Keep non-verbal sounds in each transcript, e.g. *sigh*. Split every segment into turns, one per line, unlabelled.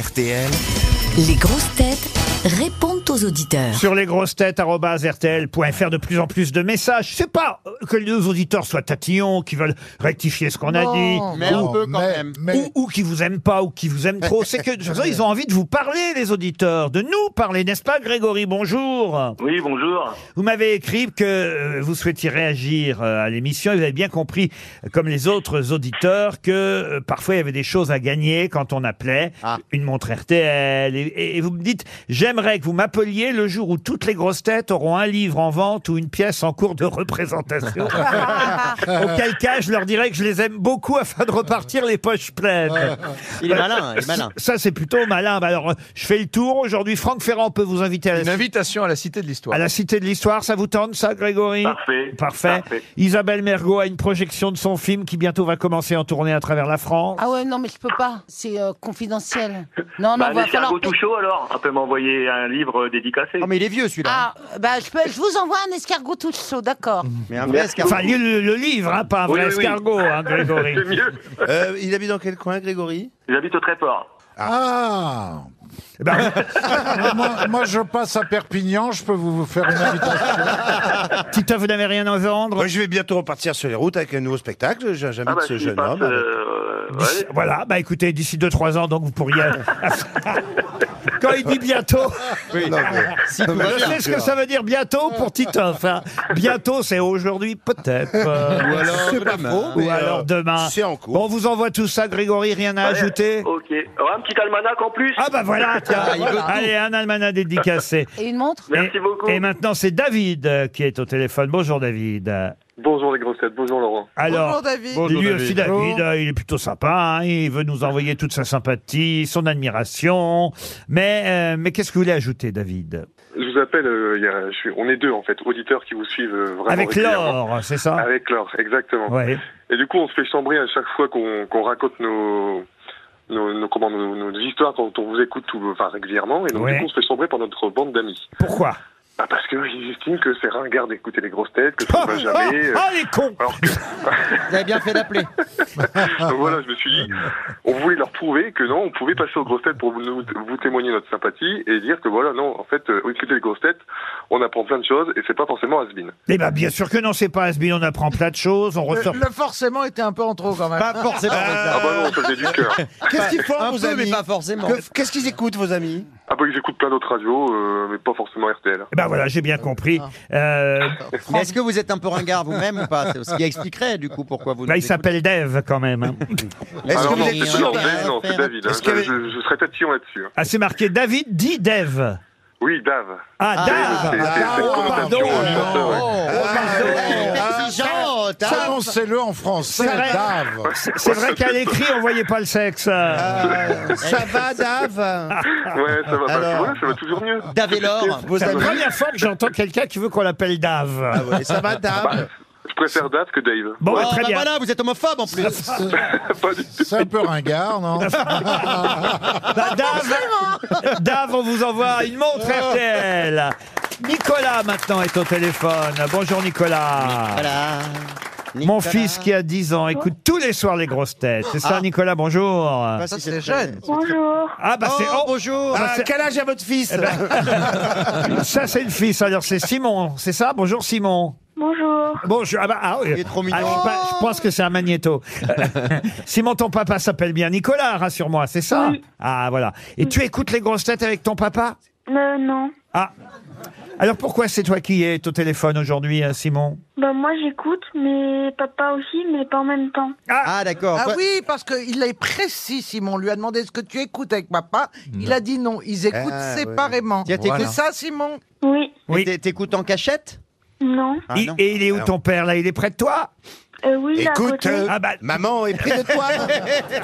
RTL.
Les grosses têtes répondent aux auditeurs.
Sur lesgrossetêtes.rtl.fr, de plus en plus de messages. C'est pas euh, que nos auditeurs soient tatillons, qui veulent rectifier ce qu'on a
Oh.
dit,
Mais un
ou,
peu quand même.
ou- ou qui vous aiment pas, ou qui vous aiment trop. C'est que, de toute façon, ils ont envie de vous parler, les auditeurs, de nous parler, n'est-ce pas, Grégory Bonjour.
Oui, bonjour.
Vous m'avez écrit que euh, vous souhaitiez réagir euh, à l'émission. Vous avez bien compris, euh, comme les autres auditeurs, que euh, parfois il y avait des choses à gagner quand on appelait.
Ah.
Une montre RTL. Et, et- et vous me dites, j'aimerais que vous m'appeliez le jour où toutes les grosses têtes auront un livre en vente ou une pièce en cours de représentation. Auquel cas, je leur dirais que je les aime beaucoup afin de repartir les poches pleines.
Il est malin, il est malin.
Ça, c'est plutôt malin. Bah Alors, euh, je fais le tour. Aujourd'hui, Franck Ferrand peut vous inviter à la
Une invitation à la Cité de l'Histoire.
à la Cité de l'Histoire, ça vous tente ça, Grégory
Parfait.
Parfait.
Parfait.
Isabelle Mergot a une projection de son film qui bientôt va commencer en tournée à travers la France.
Ah ouais, non, mais je peux pas. C'est euh,
*laughs*
confidentiel. Non, non,
bah,
va
les
falloir.
cargos tout chaud alors. On peut m'envoyer un livre euh, dédicacé.
Non, mais il est vieux celui-là.
Ah, bah, je, peux, je vous envoie un escargot tout chaud, d'accord.
Mm.
Mais un vrai escargot.
Enfin, lis le, le livre, hein, pas un
Oui,
vrai
oui, oui.
*laughs*
escargot, hein, Grégory.
C'est mieux.
Euh, il habite dans quel coin, Grégory
J'habite au Tréport.
Ah
Eh ben, *laughs*
moi, moi, je passe à Perpignan, je peux vous vous faire une invitation.
Tito, vous n'avez rien à vendre
Moi, je vais bientôt repartir sur les routes avec un nouveau spectacle. J'ai- J'invite
Ah bah,
ce
s'il
jeune
passe,
homme.
euh, ouais.
Voilà, bah écoutez, d'ici 2-3 ans, donc vous pourriez... euh,
*laughs*
Quand il dit bientôt, je sais ce que ça veut dire bientôt pour Titoff. hein. Bientôt, c'est aujourd'hui,
*laughs*
peut-être. euh,
Ou alors, demain, mais,
ou alors
euh,
demain.
C'est en cours.
Bon, on vous envoie tout ça, Grégory, rien à
Ouais,
ajouter
Ok. Oh, un petit almanach en plus.
Ah bah
*laughs*
voilà, tiens,
il veut
allez, un almanach dédicacé.
Et une montre
Merci
et,
beaucoup.
Et maintenant, c'est David euh, qui est au téléphone. Bonjour David.
Bonjour les grossettes, bonjour Laurent.
Alors,
David.
lui aussi, David, euh, il est plutôt sympa. hein, il veut nous envoyer toute sa sympathie, son admiration. Mais, euh, mais qu'est-ce que vous voulez ajouter, David
Je vous appelle, euh, il y a- je suis, on est deux en fait, auditeurs qui vous suivent euh, vraiment.
Avec
régulièrement.
l'or, c'est ça
Avec l'or, exactement.
Ouais.
Et du coup, on se fait chambrer à chaque fois qu'on qu'on raconte nos, nos, nos- comment, nos, nos histoires quand on vous écoute tout, enfin, régulièrement. Et donc,
Ouais.
du coup, on se fait chambrer par notre bande d'amis.
Pourquoi
Ah, parce qu'ils estiment que c'est ringard d'écouter les grosses têtes, que ça
Ah
ne va
*laughs*
jamais. euh,
ah, les cons
alors que,
Vous avez bien fait d'appeler.
donc voilà, je me suis dit, on voulait leur prouver que non, on pouvait passer aux grosses têtes pour vous- nous, vous témoigner notre sympathie et dire que voilà, non, en fait, euh, écouter les grosses têtes, on apprend plein de choses et c'est pas forcément has
Eh ben, bien sûr que non, c'est pas Asbin, on apprend plein de choses, on
Euh,
ressort...
Le, le forcément était un peu en trop quand même.
Pas forcément.
Ah bah non, ça faisait du cœur.
Qu'est-ce qu'ils font,
Un
vos
peu,
amis
mais pas forcément.
Que- Qu'est-ce qu'ils écoutent, vos amis
Ah bah ils écoutent plein d'autres radios, euh, mais pas forcément RTL.
Eh ben voilà, j'ai
Ah.
bien compris. Euh,
Mais est-ce que vous êtes un peu ringard vous-même ou pas C'est Ce qui expliquerait du coup pourquoi vous.
bah,
nous
il s'appelle Dave quand même.
*laughs*
hein.
Est-ce
ah
que
non,
vous
non,
êtes
c'est
sûr
toujours
qu'il y a
Dave,
rien à
non, c'est
faire
David. hein.
Est-ce qu'il y
Je, je- je serais tatillon là-dessus. hein.
Ah, c'est marqué David dit Dave.
Oui, Dave.
Ah, Dave
c'est c'est- c'est une
Ah,
oh,
connotation
pardon.
euh, *laughs* chanteur, ouais.
écoute. Exigeante, hein.
Annoncez-le en français,
Ça reste-
Dave.
C'est vrai qu'à l'écrit, on voyait pas le sexe. euh.
Ah.
Euh, Ça va, Dave
Ouais, ça va, bah,
Alors-
voilà, ça va toujours mieux.
Davelor.
Vos
C'est la
amis Ah
première fois que j'entends quelqu'un qui veut qu'on l'appelle Dave.
Ouais, Ça va, Dave
Je préfère Dave que Dave.
Bon, bah,
Oh,
très
bah
bien.
voilà, vous êtes homophobe en plus.
Pas du tout.
C'est un peu ringard, non
Bah, Dave, Dave, on vous envoie une montre
Ah.
RTL. Nicolas, maintenant, est au téléphone. Bonjour, Nicolas.
Voilà.
Mon
Nicolas.
fils qui a 10 ans écoute tous les soirs les grosses têtes. C'est ça,
Ah.
Nicolas, bonjour.
Ah, ça, c'est jeune.
Bonjour.
Ah, bah, c'est.
Oh,
oh,
bonjour.
bah,
Ah,
c'est-
Quel âge a votre fils
*laughs* ça, c'est le fils. Alors, c'est Simon. C'est ça Bonjour, Simon.
Bonjour.
Bonjour. Ah, bah, ah, oui.
Il est trop
Ah, je,
mignon.
sais pas, je pense que c'est un magnéto. Simon, ton papa s'appelle bien Nicolas, rassure-moi, c'est ça Ah, voilà. Et tu écoutes les grosses têtes avec ton papa
Euh, non.
Ah. Alors pourquoi c'est toi qui es au téléphone aujourd'hui, hein, Simon
Bah, moi, j'écoute, mais papa aussi, mais pas en même temps.
Ah, d'accord.
Ah
Quoi-
oui, parce qu'il est précis, Simon. On lui a demandé ce que tu écoutes avec papa. Il a dit non. Ils écoutent
Ah,
séparément.
ouais. Voilà.
C'est ça, Simon
Oui.
Mais
Oui.
t'é- T'écoutes en cachette
Non.
Ah,
Il-
non.
Et il est où
Alors-
ton père là Il est près de toi
Euh, oui, là, à
Écoute,
côté.
euh,
Ah bah-
maman est prise de toi.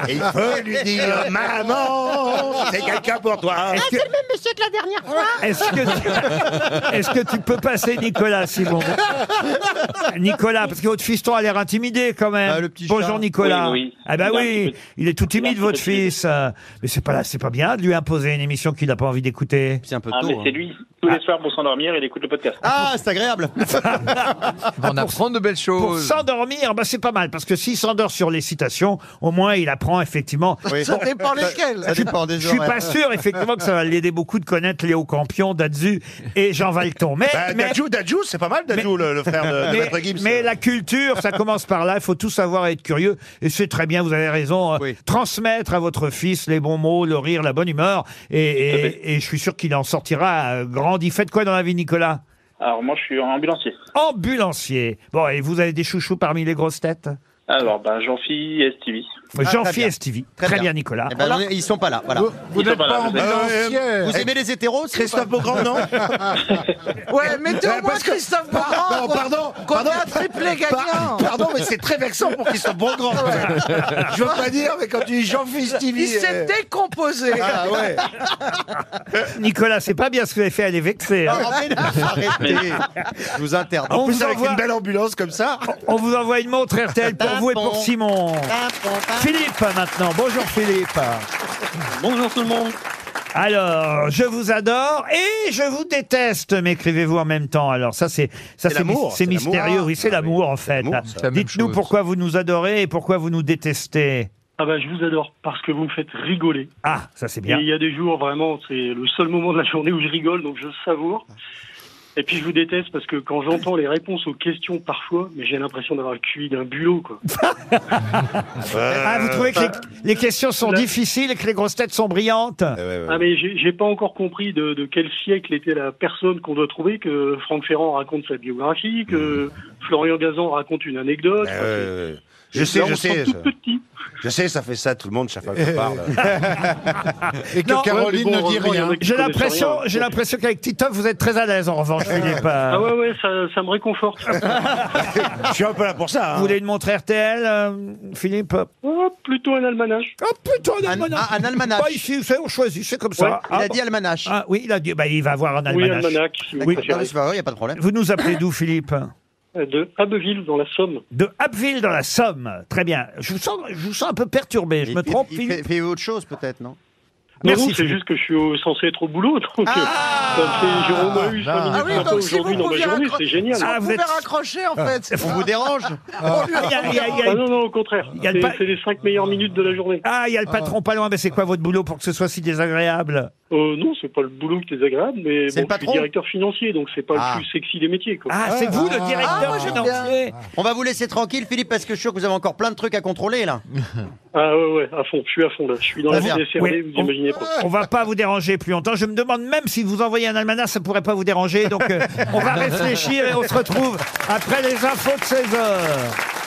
Et il faut lui
*laughs*
dire, maman, c'est quelqu'un pour toi.
Est-ce que,
Même monsieur que la dernière fois.
est-ce que tu, est-ce que tu peux passer Nicolas, Simon Nicolas, parce que votre fiston a l'air intimidé quand même.
Bah, le petit
Bonjour
chat.
Nicolas.
Oui, oui.
Ah bah
Il a un
oui,
petit peu-
il est tout timide
Il a un
votre
petit peu timide.
fils. euh, Mais c'est pas là, c'est pas bien de lui imposer une émission qu'il n'a pas envie d'écouter.
C'est un peu
Ah, mais
tôt.
c'est
hein.
lui. Tous les soirs pour s'endormir, il écoute le podcast.
Ah, c'est agréable.
On apprend de belles
Pour
choses.
s'endormir, s'endormir, bah, c'est pas mal, parce que s'il s'endort sur les citations, au moins il apprend effectivement.
Oui. Ça dépend lesquelles.
Ça dépend des
Je suis
horaires.
pas sûr, effectivement, que ça va l'aider beaucoup de connaître Léo Campion, Dadzu et Jean Valton. Mais,
Bah,
mais-
Dadju, Dadju, c'est pas mal, Dadju, le, le frère de, de
mais-
Ah, Maître Gims.
mais la culture, ça commence par là. Il faut tout savoir et être curieux. Et c'est très bien, vous avez raison. euh,
Oui.
Transmettre à votre fils les bons mots, le rire, la bonne humeur. Et,
Ah,
et- et je suis sûr qu'il en sortira euh, grandi. Faites quoi dans la vie, Nicolas
Alors, moi, je suis ambulancier.
Ambulancier. Bon, et vous avez des chouchous parmi les grosses têtes
Ah,
Alors, ben, Jean-Philippe et Stevie.
très
Jean-Philippe
bien.
et Stevie. Très,
Très
bien.
bien.
Nicolas.
Eh ben, on est- Ils sont pas là, voilà.
Vous, vous
Ils sont
n'êtes
pas
pas
là, vous avez-
ambulancier.
Vous aimez les hétéros aussi,
Christophe Beaugrand, non
Ouais, mettez au
Euh,
moins
parce que-
Christophe Beaugrand.
Non, pardon,
Qu'on ait
pardon.
un triplé
Par-
gagnant.
Pardon, mais c'est très vexant pour Christophe Beaugrand.
*laughs*
Je veux pas dire, mais quand tu dis Jean-Fils
Il
Stevie...
s'est décomposé.
Ah ouais euh,
Nicolas, c'est pas bien ce que vous avez fait, elle est vexée. hein.
pas *laughs* Arrêtez, arrêtez. Je vous interdis.
On
En plus,
vous
avec
envoie-
une belle ambulance comme ça.
On vous envoie une montre RTL
*laughs*
pour vous et pour
Pimpon.
Simon. Philippe maintenant. Bonjour Philippe.
Bonjour tout le monde.
Alors, je vous adore et je vous déteste, m'écrivez-vous en même temps. Alors ça c'est
C'est
ça c'est
l'amour,
mis- c'est
c'est l'amour.
mystérieux, oui, c'est
Ah oui,
l'amour en
c'est
fait.
l'amour, ça.
C'est la même
Dites-nous
chose.
pourquoi vous nous adorez et pourquoi vous nous détestez.
Ah bah, je vous adore parce que vous me faites rigoler.
Ah, ça c'est
Et
bien.
il y a des jours, vraiment, c'est le seul moment de la journée où je rigole, donc je savoure. Et puis je vous déteste parce que quand j'entends les réponses aux questions parfois, mais j'ai l'impression d'avoir le QI d'un bulot, quoi.
Ah, vous trouvez que les, les questions sont
la-
difficiles et que les grosses têtes sont brillantes
Euh.
Ah mais j'ai j'ai pas encore compris de, de quel siècle était la personne qu'on doit trouver que Franck Ferrand raconte sa biographie, que Florian Gazan raconte une anecdote.
Eh ouais,
Enfin, c'est-
ouais, ouais. Mmh. Je sais,
là, on
je
se
sais.
sent
Je,
tout petit.
je sais, ça fait ça tout le monde chaque fois qu'on parle.
Et que
Non,
Caroline
ouais, mais bon,
ne dit
heureusement, il y en
rien.
a qui
J'ai
connaissent
l'impression,
rien.
j'ai l'impression qu'avec Titoff vous êtes très à l'aise en revanche, Philippe.
Ah ouais ouais, ça, ça
*laughs*
me réconforte.
Je suis un peu là pour ça.
Vous
hein.
voulez une montre RTL, euh, Philippe
Oh, plutôt un almanach.
Oh putain, un
Un,
almanach
un- un almanach.
Pas ici, vous savez, on choisit, c'est comme ça.
Ouais,
Il
Ah,
a dit almanach.
ah, oui, il a dit, bah, il va avoir un
Oui,
almanach.
almanach. si vous
Oui.
Non, mais
préférez. Euh,
c'est pas vrai, y a pas de problème.
Vous nous appelez d'où, Philippe
De Abbeville dans la Somme.
De Abbeville dans la Somme. Très bien. Je vous sens, je vous sens un peu perturbé, je me
Il-
trompe,
il-
Philippe
il fait- fait autre chose peut-être, non
Non,
Merci,
non, c'est
Philippe.
juste que je suis au- censé être au boulot, donc
Ah
euh, comme c'est Jérôme Mahut,
Ah,
cinq minutes
ah oui,
sympa
donc si
aujourd'hui
vous
dans ma
pouviez
journée,
raccro-
c'est génial.
Ah,
Vous
vous
pouvez
êtes- Oh,
raccrocher en fait.
On vous dérange
Il y a- il y a- il y a-
Ah non, non, au contraire.
Il y a le
C'est
pa-
c'est les cinq meilleures minutes de la journée.
Ah, il y a le patron pas loin, mais c'est quoi votre boulot pour que ce soit si désagréable
Euh, non, c'est pas le boulot qui est désagréable, mais
C'est
bon,
le
je suis
patron
directeur financier, donc c'est pas
Ah.
le plus sexy des métiers. Quoi.
Ah, c'est vous le
ah,
ah,
directeur
moi, j'aime bien.
financier
On va vous laisser tranquille, Philippe, parce que je suis sûr que vous avez encore plein de trucs à contrôler là.
Ah ouais, ouais, à fond, je suis à fond là. Je suis dans la
Très
vie
bien.
des CRD,
Oui,
vous
on-
imaginez pas.
Ah.
On va pas vous déranger plus longtemps. Je me demande même si vous envoyez un almanach, ça pourrait pas vous
*laughs*
déranger. Donc, euh, on va réfléchir et on se retrouve après les infos de 16 heures.